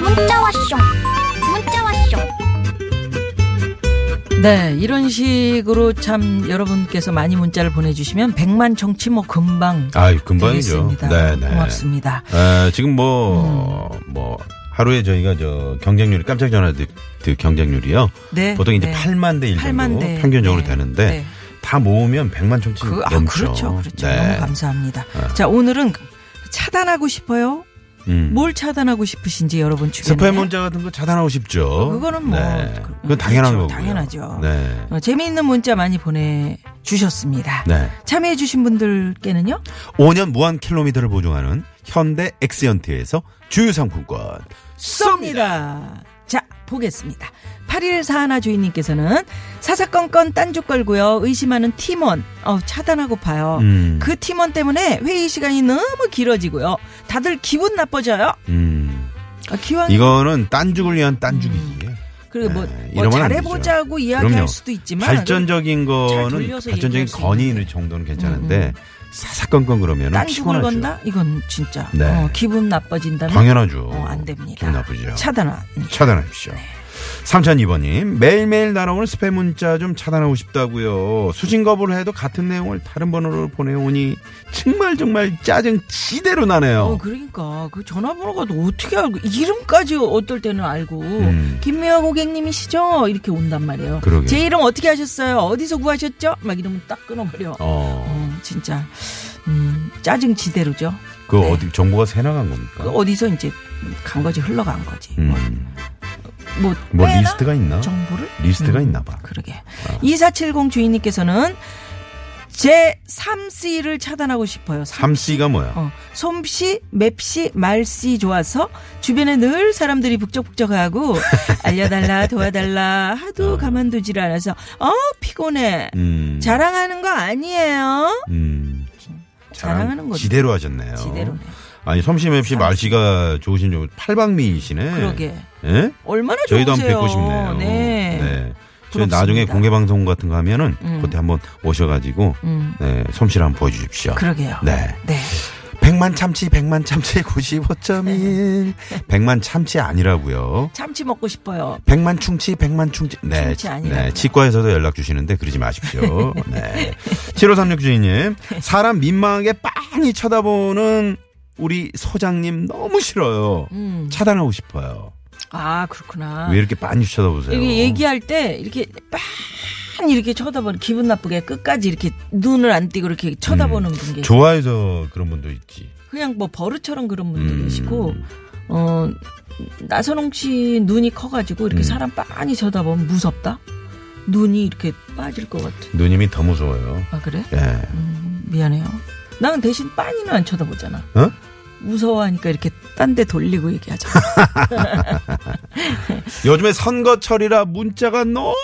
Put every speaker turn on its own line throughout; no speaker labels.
문자 왔쇼 문자 왔쇼
네, 이런 식으로 참 여러분께서 많이 문자를 보내주시면 100만 청취 뭐 금방
아유, 금방이죠.
되겠습니다.
네, 네.
고맙습니다.
아, 지금 뭐, 뭐, 하루에 저희가 저 경쟁률이 깜짝 전화 드, 드 경쟁률이요.
네,
보통 이제
네.
8만 대 1
8만
정도
대.
평균적으로
네,
되는데
네.
다 모으면 100만 청취
그, 아,
넘죠.
그렇죠. 그렇죠.
네.
너무 감사합니다. 자, 오늘은 차단하고 싶어요.
음.
뭘 차단하고 싶으신지 여러분 주변에.
스팸 문자 같은 거 차단하고 싶죠.
그거는 뭐,
네.
그-
그건 당연한
그렇죠.
거고요.
당연하죠.
네.
어, 재미있는 문자 많이 보내주셨습니다.
네.
참여해주신 분들께는요.
5년 무한 킬로미터를 보증하는 현대 엑시언트에서 주유 상품권.
어, 쏩니다. 자, 보겠습니다. 8141 주인님께서는 사사건건 딴죽 걸고요. 의심하는 팀원, 어, 차단하고 봐요.
음.
그 팀원 때문에 회의 시간이 너무 길어지고요. 다들 기분 나빠져요.
음.
아, 기왕
이거는 딴죽을 위한 딴죽이지.
그리고 뭐,
네,
뭐
이러면 안 되죠.
잘해보자고 이야기할
그럼요.
수도 있지만 잘
발전적인 거는
돌려서
발전적인
얘기할 수
건의일
있는데. 음,
정도는 괜찮은데 사사건건 그러면
딴죽을
피곤하죠.
건다? 이건 진짜
네.
어, 기분 나빠진다면
당연하죠.
어, 안 됩니다. 네.
기분 나쁘죠.
차단하.
차단하십시오. 3002번님 매일매일 날아오는 스팸 문자 좀 차단하고 싶다고요. 수신 거부를 해도 같은 내용을 다른 번호로 보내오니 정말 정말 짜증 지대로
어,
나네요.
그러니까 그 전화번호가 또 어떻게 알고 이름까지 어떨 때는 알고
음.
김미화 고객님이시죠? 이렇게 온단 말이에요.
그러게.
제 이름 어떻게 하셨어요? 어디서 구하셨죠? 막 이러면 딱 끊어버려. 어.
어,
진짜 음, 짜증 지대로죠.
그
네.
어디 정보가 새 나간
그
겁니까?
어디서 이제 간 거지 흘러간 거지.
음,
뭐,
뭐
빼나?
리스트가 있나?
정보를 음.
리스트가 있나 봐.
그러게.
어.
2470 주인님께서는 제 3C를 차단하고 싶어요.
삼 c 가 뭐야?
어, 솜씨, 맵씨, 말씨 좋아서 주변에 늘 사람들이 북적북적하고 알려달라, 도와달라 하도 가만두질 않아서 어 피곤해.
어. 음.
자랑하는 거 아니에요.
음. 자랑
자랑하는 거죠.
지대로 하셨네요.
지대로네.
아니 섬씨맵씨 말씨가 좋으신 분 팔방미이시네.
그러게.
예?
얼마나
저희도 한번
좋으세요.
뵙고 싶네요.
네.
저희
부럽습니다.
나중에 공개 방송 같은 거 하면은
음.
그때 한번 오셔가지고
음.
네, 솜씨를 한번 보여주십시오.
그러게요.
네.
네.
백만 참치, 백만 참치 95.1.
네.
백만 참치 아니라고요.
참치 먹고 싶어요.
백만 충치, 백만 충치. 네.
충치 아니라고요.
네. 치과에서도 연락 주시는데 그러지 마십시오. 네. 7536 주인님. 사람 민망하게 빤히 쳐다보는 우리 소장님 너무 싫어요.
음.
차단하고 싶어요.
아 그렇구나.
왜 이렇게 빤히 쳐다보세요?
이게 얘기할 때 이렇게 빤 이렇게 쳐다보는 기분 나쁘게 끝까지 이렇게 눈을 안 띄고 이렇게 쳐다보는
음.
분계
좋아해서 그런 분도 있지.
그냥 뭐 버릇처럼 그런 분도
음.
계시고 어 나선홍 씨 눈이 커가지고 이렇게
음.
사람 빤히 쳐다보면 무섭다. 눈이 이렇게 빠질 것 같아.
누님이 더 무서워요.
아 그래?
예.
음, 미안해요. 나는 대신 빤히는 안 쳐다보잖아.
어?
무서워하니까 이렇게 딴 데 돌리고 얘기하자.
요즘에 선거철이라 문자가 너무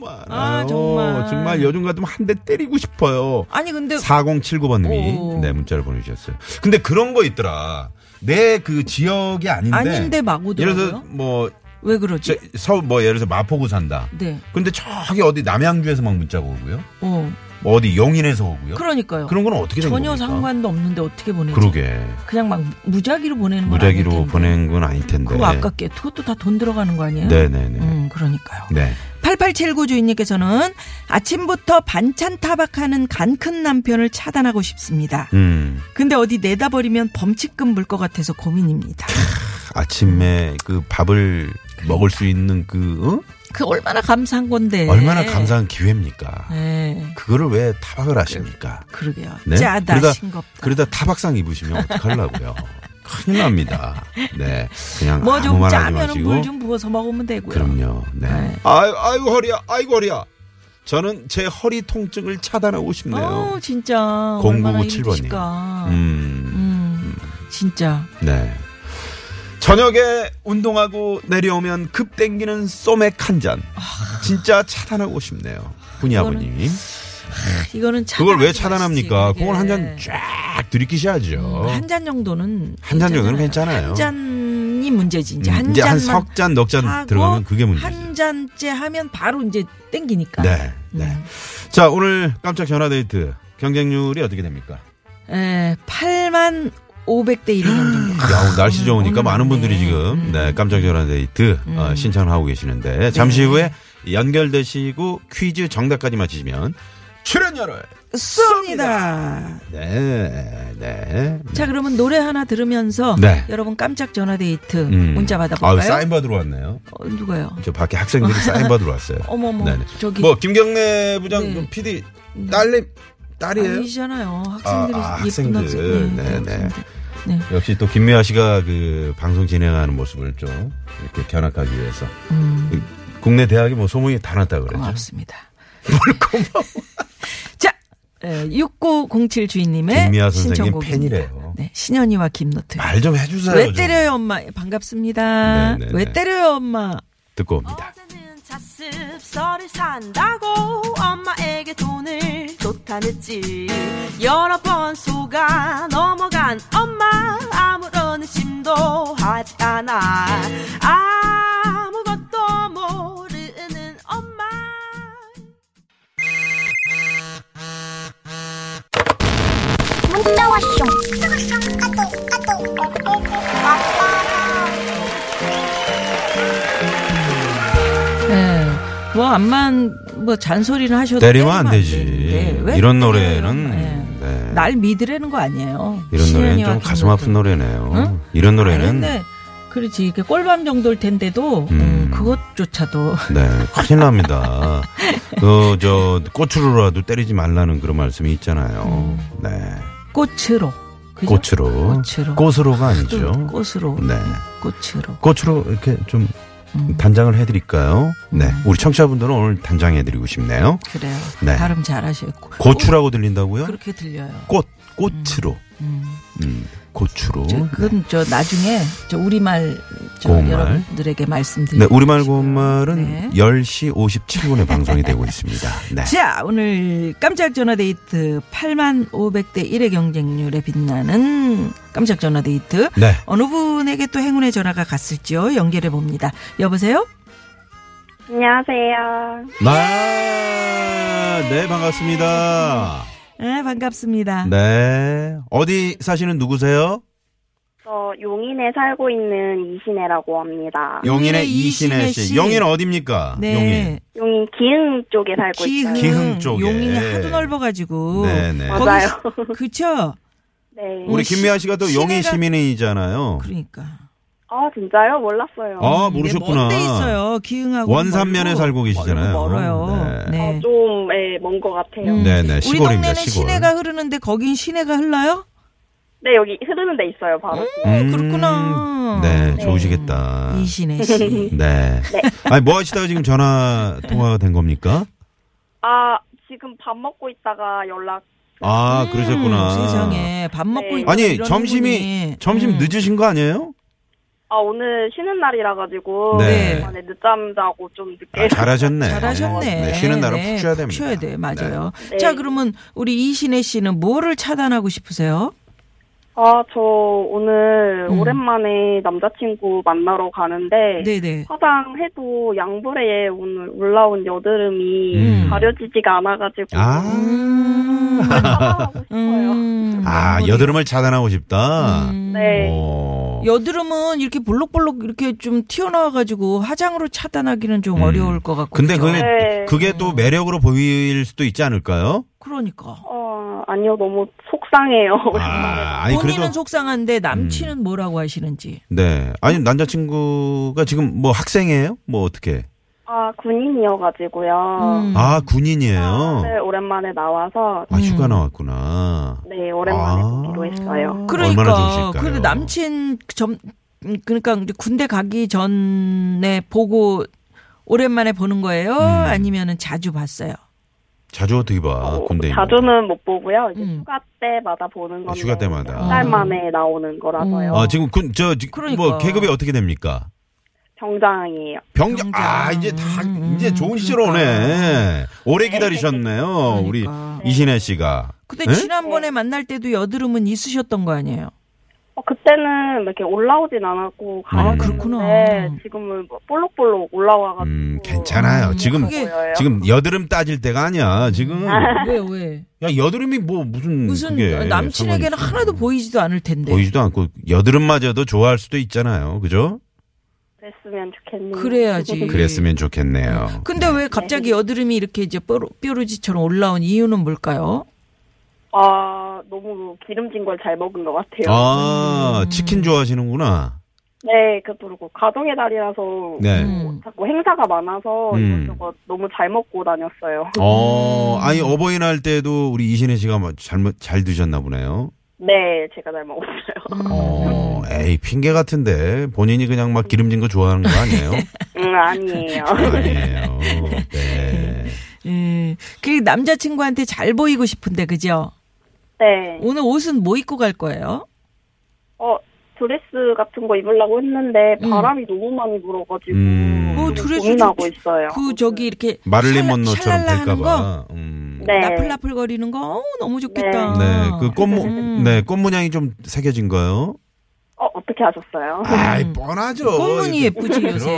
많아요.
아, 정말.
정말 요즘 같으면 한 대 때리고 싶어요.
아니 근데
4079번님이
오.
네 문자를 보내주셨어요. 근데 그런 거 있더라. 내 그 지역이 아닌데.
아닌데 막
예를
오더라고요.
들어서 뭐,
왜
저,
그러지?
서울 뭐 예를 들어서 마포구 산다.
네.
근데 저기 어디 남양주에서 막 문자가 오고요.
어.
뭐 어디 용인에서 오고요.
그러니까요.
그런 건 어떻게 된
전혀
겁니까?
상관도 없는데 어떻게 보내지?
그러게.
그냥 막 무작위로 보내는 건 아닐
무작위로
텐데.
보낸 건 아닐 텐데.
그거 아깝게 그것도 다 돈 들어가는 거 아니에요?
네네네.
음, 그러니까요.
네.
8879 주인님께서는 아침부터 반찬 타박하는 간 큰 남편을 차단하고 싶습니다.
음.
근데 어디 내다 버리면 범칙금 물 것 같아서 고민입니다.
아침에 그 밥을 먹을 수 있는 그 어?
그 얼마나 감사한 건데.
얼마나 감사한 기회입니까?
네,
그거를 왜 타박을 하십니까?
그러게요.
네?
짜다
그러다-
싱겁다.
그러다 타박상 입으시면 어떡하려고요? 큰일 납니다. 네. 그냥
뭐
아무
좀
말 하지
짜면
마시고.
물좀 부어서 먹으면 되고요.
그럼요. 네.
네.
아유, 아유, 허리야. 아이고, 허리야. 저는 제 허리 통증을 차단하고 싶네요.
어, 진짜 얼마나
0997 번님.
힘드실까.
음.
음, 진짜.
네. 저녁에 운동하고 내려오면 급 땡기는 소맥 한 잔. 진짜 차단하고 싶네요. 분이
아. 그거는
아버님.
이거는 차단하지
그걸 왜
마시지,
차단합니까?
그게.
그걸 한 잔 쫙 싹 들이키셔야죠.
음, 한 잔 정도는
한 잔 정도는 괜찮아요.
한 잔이 문제지 이제 한
음, 이제
잔만
한 석 잔, 넉 잔
하고
들어가면 그게 문제지.
한 잔째 하면 바로 이제 땡기니까. 음.
네, 네. 자, 오늘 깜짝 전화 데이트 경쟁률이 어떻게 됩니까?
에, 8만 예, 500대 1 정도. 음,
야, 오늘 날씨 좋으니까
아, 오늘
많은 분들이
맞네. 음.
지금 네, 깜짝 전화 데이트 어, 신청하고 계시는데
네.
잠시 후에 연결되시고 퀴즈 정답까지 맞히시면 출연료를
쏩니다.
네, 네.
자, 그러면 노래 하나 들으면서
네.
여러분 깜짝 전화 데이트
음.
문자
아유,
받아볼까요?
사인 받으러 왔네요.
어, 누가요?
저 밖에 학생들이 사인 받으러 왔어요.
어머머, 저기-
뭐 김경래 부장
네.
PD 딸님 딸이에요.
아니잖아요.
아,
학생들이
아,
예쁜
학생들.
학생.
네, 네.
학생들. 네.
역시 또 김미아 씨가 그 방송 진행하는 모습을 좀 이렇게 견학하기 위해서 국내 대학이 뭐 소문이 다 났다 그랬죠.
음. 고맙습니다. 자, 6907 주인님의
김미아 선생님
신청곡입니다.
팬이래요.
네, 신현이와 김노트.
말 좀 해주세요.
왜
좀.
때려요, 엄마? 반갑습니다.
네, 네, 네.
왜 때려요, 엄마?
듣고 옵니다.
아,
어제는 자습서를 산다고 엄마에게 돈을 쫓아냈지 여러 번 속아 넘어간 엄마 아무런 의심도 하지 않아 아무것도 모르는 엄마
문자 왔쇼. 까똑 까똑.
네. 뭐, 암만, 뭐, 잔소리를 하셔도.
때리면 안
되는데
되지.
네, 왜
이런
때려요,
노래는
엄마? 예.
네.
날 믿으라는 거 아니에요.
이런 노래는 좀
신현이와
가슴
김노트.
아픈 노래네요.
응?
이런 노래는
아닌데, 그렇지. 이게 꼴밤 정도일 텐데도,
음.
음, 그것조차도.
네, 큰일 납니다. 그, 저, 고추로라도 때리지 말라는 그런 말씀이 있잖아요. 네.
꽃으로. 음. 그죠?
꽃으로.
꽃으로.
가 아니죠.
또 꽃으로.
네.
꽃으로.
꽃으로 이렇게 좀
음.
단장을 해드릴까요? 네. 우리 청취자분들은 오늘 단장해드리고 싶네요.
그래요.
네.
발음 잘하셨고. 어,
고추라고 들린다고요?
그렇게 들려요.
꽃, 꽃으로.
음.
음, 고추로.
저,
네.
그건 저 나중에 저 우리말 저
고운말.
여러분들에게 말씀드리고
네, 우리말 고운말은
네.
10시 57분에 방송이 되고 있습니다. 네.
자, 오늘 깜짝 전화 데이트 8만 500대 1의 경쟁률에 빛나는 깜짝 전화 데이트.
네.
어느 분에게 또 행운의 전화가 갔을지요? 연결해 봅니다. 여보세요?
안녕하세요.
예!
아, 네, 반갑습니다.
네, 반갑습니다.
네. 어디 사시는 누구세요?
저 어, 용인에 살고 있는 이신혜라고 합니다.
용인의
용인의
이신혜
이신혜
씨.
씨.
용인 어디입니까? 용인.
네.
용인 기흥 쪽에 살고
기흥,
있어요.
기흥 쪽에.
용인이 하도 넓어가지고.
네네.
거기
맞아요.
그쵸?
네.
우리
시-
김미아 씨가 또 용인
시내가-
시민이잖아요.
그러니까.
아 진짜요? 몰랐어요.
아,
네,
모르셨구나.
먼데 있어요. 기흥하고.
원산면에
멀고.
살고 계시잖아요.
멀고 멀어요.
네.
네.
어, 좀 먼 것 같아요.
음.
네, 네,
우리
시골입니다,
동네는
시골.
시내가 흐르는데 거긴 시내가 흘러요?
네 여기 흐르는 데 있어요 바로.
네.
음,
그렇구나.
네, 좋으시겠다.
이신혜 씨.
네. 아니, 뭐 하시다가 지금 전화 통화가 된 겁니까?
아 지금 밥 먹고 있다가 연락.
아, 그러셨구나.
음, 세상에 밥 먹고
네.
있다.
아니,
이런
점심이,
행운이.
점심
음.
늦으신 거 아니에요?
아 오늘 쉬는 날이라 가지고
네.
이번에 늦잠 자고 좀 늦게.
아, 잘하셨네.
잘하셨네.
네, 쉬는 날은
네,
푹 쉬어야 됩니다.
쉬어야 돼, 맞아요.
네.
자,
네.
그러면 우리 이신혜 씨는 뭐를 차단하고 싶으세요?
아저 오늘
음.
오랜만에 남자친구 만나러 가는데
네, 네.
화장해도 양불에 오늘 올라온 여드름이
음.
가려지지가 않아가지고
아.
화장하고 싶어요.
음.
아, 여드름을 어. 차단하고 싶다.
음.
네.
오.
여드름은 이렇게 볼록볼록 이렇게 좀 튀어나와가지고 화장으로 차단하기는 좀
음.
어려울 것 같고.
근데
그죠?
그게,
네.
그게 또 매력으로 보일 수도 있지 않을까요?
그러니까.
어, 아니요, 너무 속상해요.
아, 아니,
본인은
그래도. 음.
속상한데 남친은 뭐라고 하시는지.
네. 아니, 남자친구가 지금 뭐 학생이에요? 뭐 어떻게?
아, 군인이어가지고요.
음.
아, 군인이에요?
네, 오랜만에 나와서,
아, 휴가
음.
나왔구나.
네, 오랜만에
아.
보기로 했어요.
그러니까
얼마나 좋으실까요?
그런데 남친 점 음, 그러니까 이제 군대 가기 전에 보고 오랜만에 보는
음.
거예요? 아니면은 자주 봤어요?
자주 어떻게 봐,
어,
아, 군대. 아,
자주는 못 보고요. 이제
음.
휴가 때마다 보는 건데.
휴가 때마다.
한달 만에 나오는 거라서요.
아, 지금 군, 저, 지-
어. 그러니까.
뭐, 계급이 어떻게 됩니까?
병장이에요.
병장 아 이제 다
음,
이제 좋은 시절 오네. 오래 기다리셨네요. 우리
그러니까.
이신혜 씨가.
근데
네?
지난번에 만날 때도 여드름은 있으셨던 거 아니에요?
어, 그때는 이렇게 올라오진 않았고
음.
가라졌는데
아, 그렇구나.
지금은 뭐 볼록볼록 올라와가지고
음 괜찮아요. 지금
그게
보여요.
지금 여드름 따질 때가 아니야. 지금 야
왜 왜?
여드름이 뭐 무슨
무슨
그게
남친에게는
상관이 있어.
하나도 보이지도 않을 텐데.
보이지도 않고 여드름마저도 좋아할 수도 있잖아요. 그죠?
그랬으면 좋겠네요.
그래야지.
그랬으면 좋겠네요.
근데 왜 갑자기 여드름이 이렇게 이제 뾰루, 뾰루지처럼 올라온 이유는 뭘까요?
아 너무 기름진 걸 잘 먹은 것 같아요.
아
음.
치킨 좋아하시는구나.
네, 그렇고 가정의 달이라서
네.
음.
자꾸 행사가 많아서
음.
이것저것 너무 잘 먹고 다녔어요.
그
어,
음.
아니 어버이날 때도 우리 이신혜 씨가 뭐 잘못 잘 드셨나 보네요.
네, 제가 잘 먹었어요.
음.
어, 에이 핑계 같은데 본인이 그냥 막 기름진 거 좋아하는 거 아니에요?
응, 음, 아니에요.
아니에요. 네.
예. 그 남자친구한테 잘 보이고 싶은데 그죠?
네.
오늘 옷은 뭐 입고 갈 거예요?
어, 드레스 같은 거 입으려고 했는데 바람이 너무 많이 불어가지고
음.
어,
어,
음. 드레스
고민하고
좀-
있어요.
그 저기 이렇게
마를린
샬라-
먼로처럼
샬랄라 하는 거?
될까봐. 음.
네.
나풀나풀 거리는 거 어우, 너무 좋겠다.
네, 그 꽃무,
음.
네, 꽃무늬이 좀 새겨진 거요.
어, 어떻게 하셨어요?
아이, 뻔하죠.
음. 꽃무늬 예쁘지,
그럼.
요새.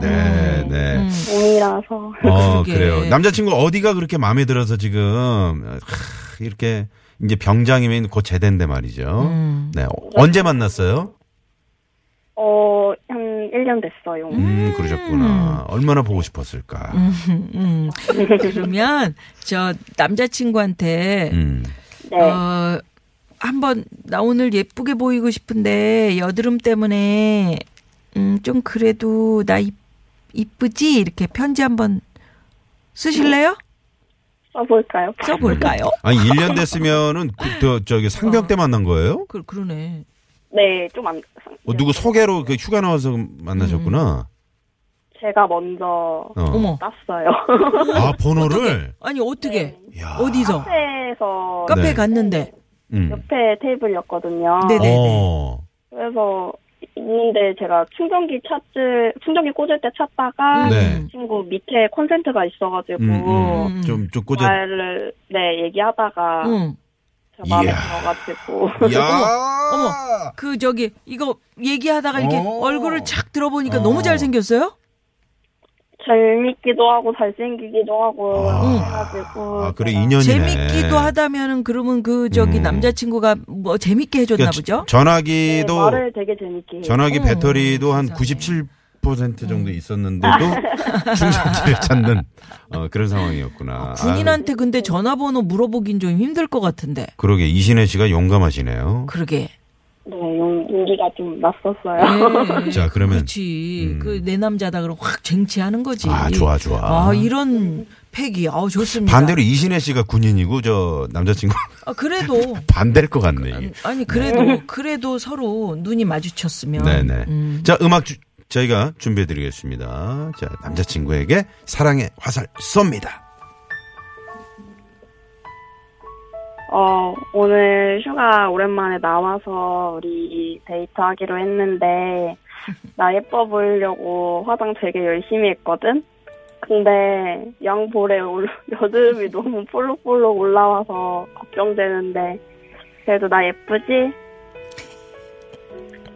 네, 네.
음.
몸이라서.
어,
그러게.
그래요. 남자친구 어디가 그렇게 마음에 들어서 지금, 하, 이렇게, 이제 병장이면 곧 제대인데 말이죠.
음.
네, 어, 언제 만났어요?
어, 한 1년 됐어요.
음, 그러셨구나. 얼마나 보고 싶었을까.
음. 그러면 저 남자친구한테
음.
네.
어, 한번 나 오늘 예쁘게 보이고 싶은데 여드름 때문에 음, 좀 그래도 나 이, 이쁘지 이렇게 편지 한번 쓰실래요?
써볼까요?
써볼까요?
음. 아니, 1년 됐으면은, 그, 저, 저기 상병 때 만난 거예요?
그 그러네.
네, 좀 안,
어, 누구
네.
소개로 그 휴가 나와서 만나셨구나.
제가 먼저
어.
음. 어머.
땄어요.
아, 번호를?
아니 어떻게?
네. 야.
어디서?
카페에서
카페
네.
갔는데.
음.
옆에 테이블이었거든요.
네네.
어.
그래서 있는데 제가 충전기 찾을, 충전기 꽂을 때 찾다가
네.
친구 밑에 콘센트가 있어가지고
음, 음.
음.
좀, 좀 꽂아. 음.
말을 네 얘기하다가
응.
제가 마음에
이야.
들어가지고
야.
어머, 그 저기 이거 얘기하다가 이렇게
어.
얼굴을 착 들어보니까
어.
너무 잘생겼어요?
재밌기도 하고 잘생기기도 하고
아.
해가지고
아, 그래
제가-
인연이네.
음.
그러니까
재밌기도 하다면은 그러면 그 저기
음.
남자친구가 뭐 재밌게 해줬나
그러니까
보죠?
네,
전화기도
말을 되게 재밌게 해요.
전화기
어,
배터리도 한
세상에.
97%
음.
정도 있었는데도 충전지를 찾는 어, 그런 상황이었구나. 아,
군인한테 근데 전화번호 물어보긴 좀 힘들 것 같은데.
그러게 이신혜 씨가 용감하시네요.
그러게.
네 용- 용기가 좀 났었어요.
예.
음. 자, 그러면-
그렇지.
음.
그 내 남자다 그럼 확 쟁취하는 거지.
아, 좋아, 좋아.
아, 이런 팩이 아우 좋습니다.
반대로 이신혜 씨가 군인이고 저 남자친구
아, 그래도
반대일 것 같네. 이게.
아니 그래도 그래도 서로 눈이 마주쳤으면
네네.
음.
자, 음악 주- 저희가 준비해드리겠습니다. 자, 남자친구에게 사랑의 화살 쏩니다.
어 오늘 휴가 오랜만에 나와서 우리 데이트하기로 했는데 나 예뻐 보이려고 화장 되게 열심히 했거든. 근데 양볼에 올- 여드름이 너무 볼록볼록 올라와서 걱정되는데 그래도 나 예쁘지?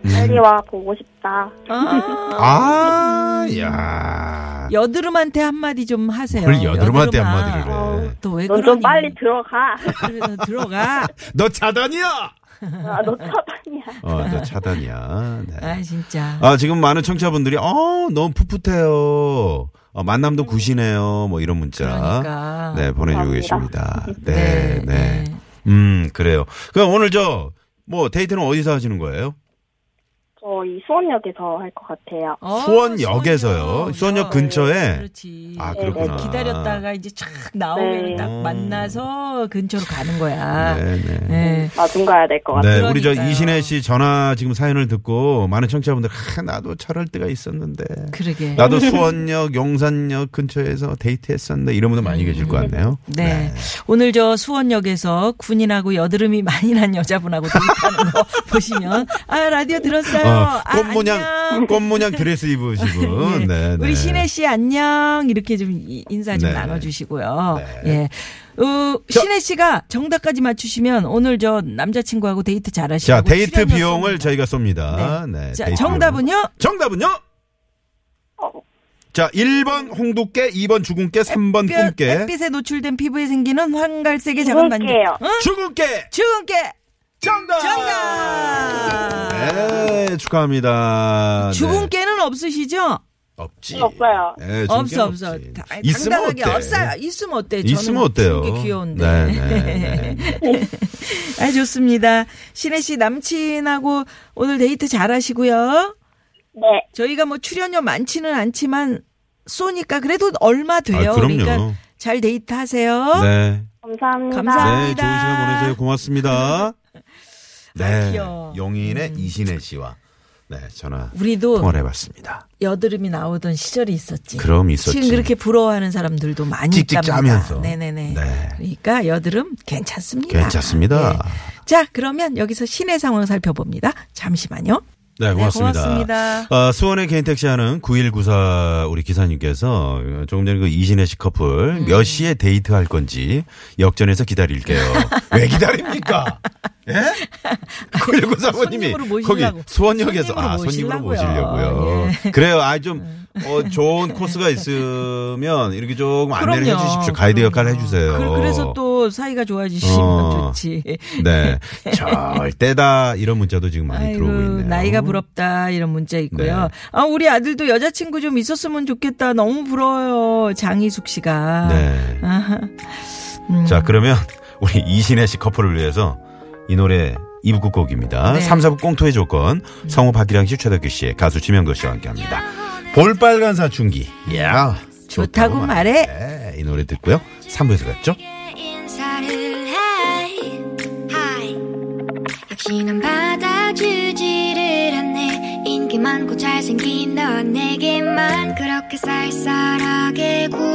음.
빨리 와 보고 싶다.
아,
아, 야.
여드름한테 한마디 좀 하세요. 어,
그걸 여드름한테 한마디를 해.
또왜
넌
그러니?
좀 빨리 들어가.
그래, 너 들어가.
너 차단이야!
아, 너 차단이야.
어, 너 차단이야.
아
네.
진짜.
아, 지금 많은 청취자분들이, 어, 너무 풋풋해요. 어, 만남도 구시네요. 뭐 이런 문자.
그러니까.
네, 보내주고
감사합니다.
계십니다. 네, 네. 음, 그래요. 그럼 오늘 저, 뭐, 데이트는 어디서 하시는 거예요?
어, 저이 수원역에서 할 것 같아요.
어,
수원역에서요? 수원역 근처에?
그렇지.
아,
네,
그렇구나.
네, 기다렸다가 이제 착 나오면
네.
딱
음.
만나서 근처로 가는 거야.
네, 네.
네.
마중 가야 될 것 같아요.
네, 우리 저
그러니까요.
이신혜 씨 전화 지금 사연을 듣고 많은 청취자분들, 아, 나도 저럴 때가 있었는데.
그러게.
나도 수원역, 용산역 근처에서 데이트했었는데 이런 분들 많이 계실 것 같네요.
네. 오늘 저 수원역에서 군인하고 여드름이 많이 난 여자분하고 데이트하는 거 보시면 아 라디오 들었어요.
어,
아,
꽃 모양
안녕.
꽃 모양 드레스 입으시고.
네.
네,
우리
네.
신혜 씨 안녕 이렇게 좀 이- 인사 좀
네.
나눠주시고요.
네.
예. 어,
저-
신혜 씨가 정답까지 맞추시면 오늘 저 남자친구하고 데이트 잘하시고
자, 데이트 비용을 저희가 쏩니다. 네.
자,
데이트 비용.
정답은요?
정답은요? 자, 1번 홍두깨, 2번 주근깨, 3번
그
꿈깨.
햇빛에 노출된 피부에 생기는 황갈색의 작은 반지. 어?
죽을게요.
주근깨
주근깨
정답!
정답.
네, 축하합니다. 네.
주근깨는 없으시죠?
없지.
없어요.
네, 주근깨는
없어 없어.
없지.
다- 아니,
있으면
당당하게
어때?
없어요. 있으면 어때? 저는
있으면 어때요?
주근깨 귀여운데.
네, 네, 네.
아, 좋습니다. 신혜 씨 남친하고 오늘 데이트 잘 하시고요.
네.
저희가 뭐 출연료 많지는 않지만 쏘니까 그래도 얼마 돼요.
아,
러니
그럼요.
까잘 데이트 하세요.
네.
감사합니다.
감사합니다. 아,
네, 좋은 시간 보내세요. 고맙습니다. 네.
귀여워. 음.
용인의 이신혜 씨와 네, 전화
우리도
통화를 해봤습니다.
여드름이 나오던 시절이 있었지.
그럼 있었지.
지금 그렇게 부러워하는 사람들도 많이
찍찍
있답니다.
짜면서.
네네네.
네.
그러니까 여드름 괜찮습니다.
괜찮습니다.
네. 자, 그러면 여기서 시내 상황 살펴봅니다. 잠시만요.
네, 고맙습니다.
고맙습니다.
아, 수원의 개인 택시하는 9194 우리 기사님께서 조금 전에 그 이신혜 씨 커플
음.
몇 시에 데이트할 건지 역전해서 기다릴게요. 왜 기다립니까? 예? 9194번님이
손님으로 모시려고.
거기 수원역에서 아, 손님으로
손님으로
모시려고요.
모시려고요. 예. 음.
그래요. 아, 좀 어, 좋은 코스가 있으면 이렇게 조금 안내를
그럼요.
해 주십시오. 가이드
그럼요.
역할을 해 주세요.
그, 그래서 또 사이가 좋아지시면
어.
좋지.
네. 절대다 이런 문자도 지금 많이
아이고,
들어오고 있네요.
나이가 부럽다 이런 문자 있고요.
네.
아 우리 아들도 여자친구 좀 있었으면 좋겠다. 너무 부러워요. 장희숙 씨가.
네.
아하. 음.
자, 그러면 우리 이신혜 씨 커플을 위해서 이 노래 2부 끝곡입니다.
네.
3, 4부 꽁토의 조건, 성우 박기량 씨, 최덕규 씨, 가수 지명도 씨와 함께 합니다. 볼빨간 사춘기. 야
좋다고 말해.
네, 이 노래 듣고요. 3부에서 뵙죠.
인사를 해 역시난 받아주지를 않네 인기 많고 잘생긴 넌 내게만 그렇게 쌀쌀하게 굴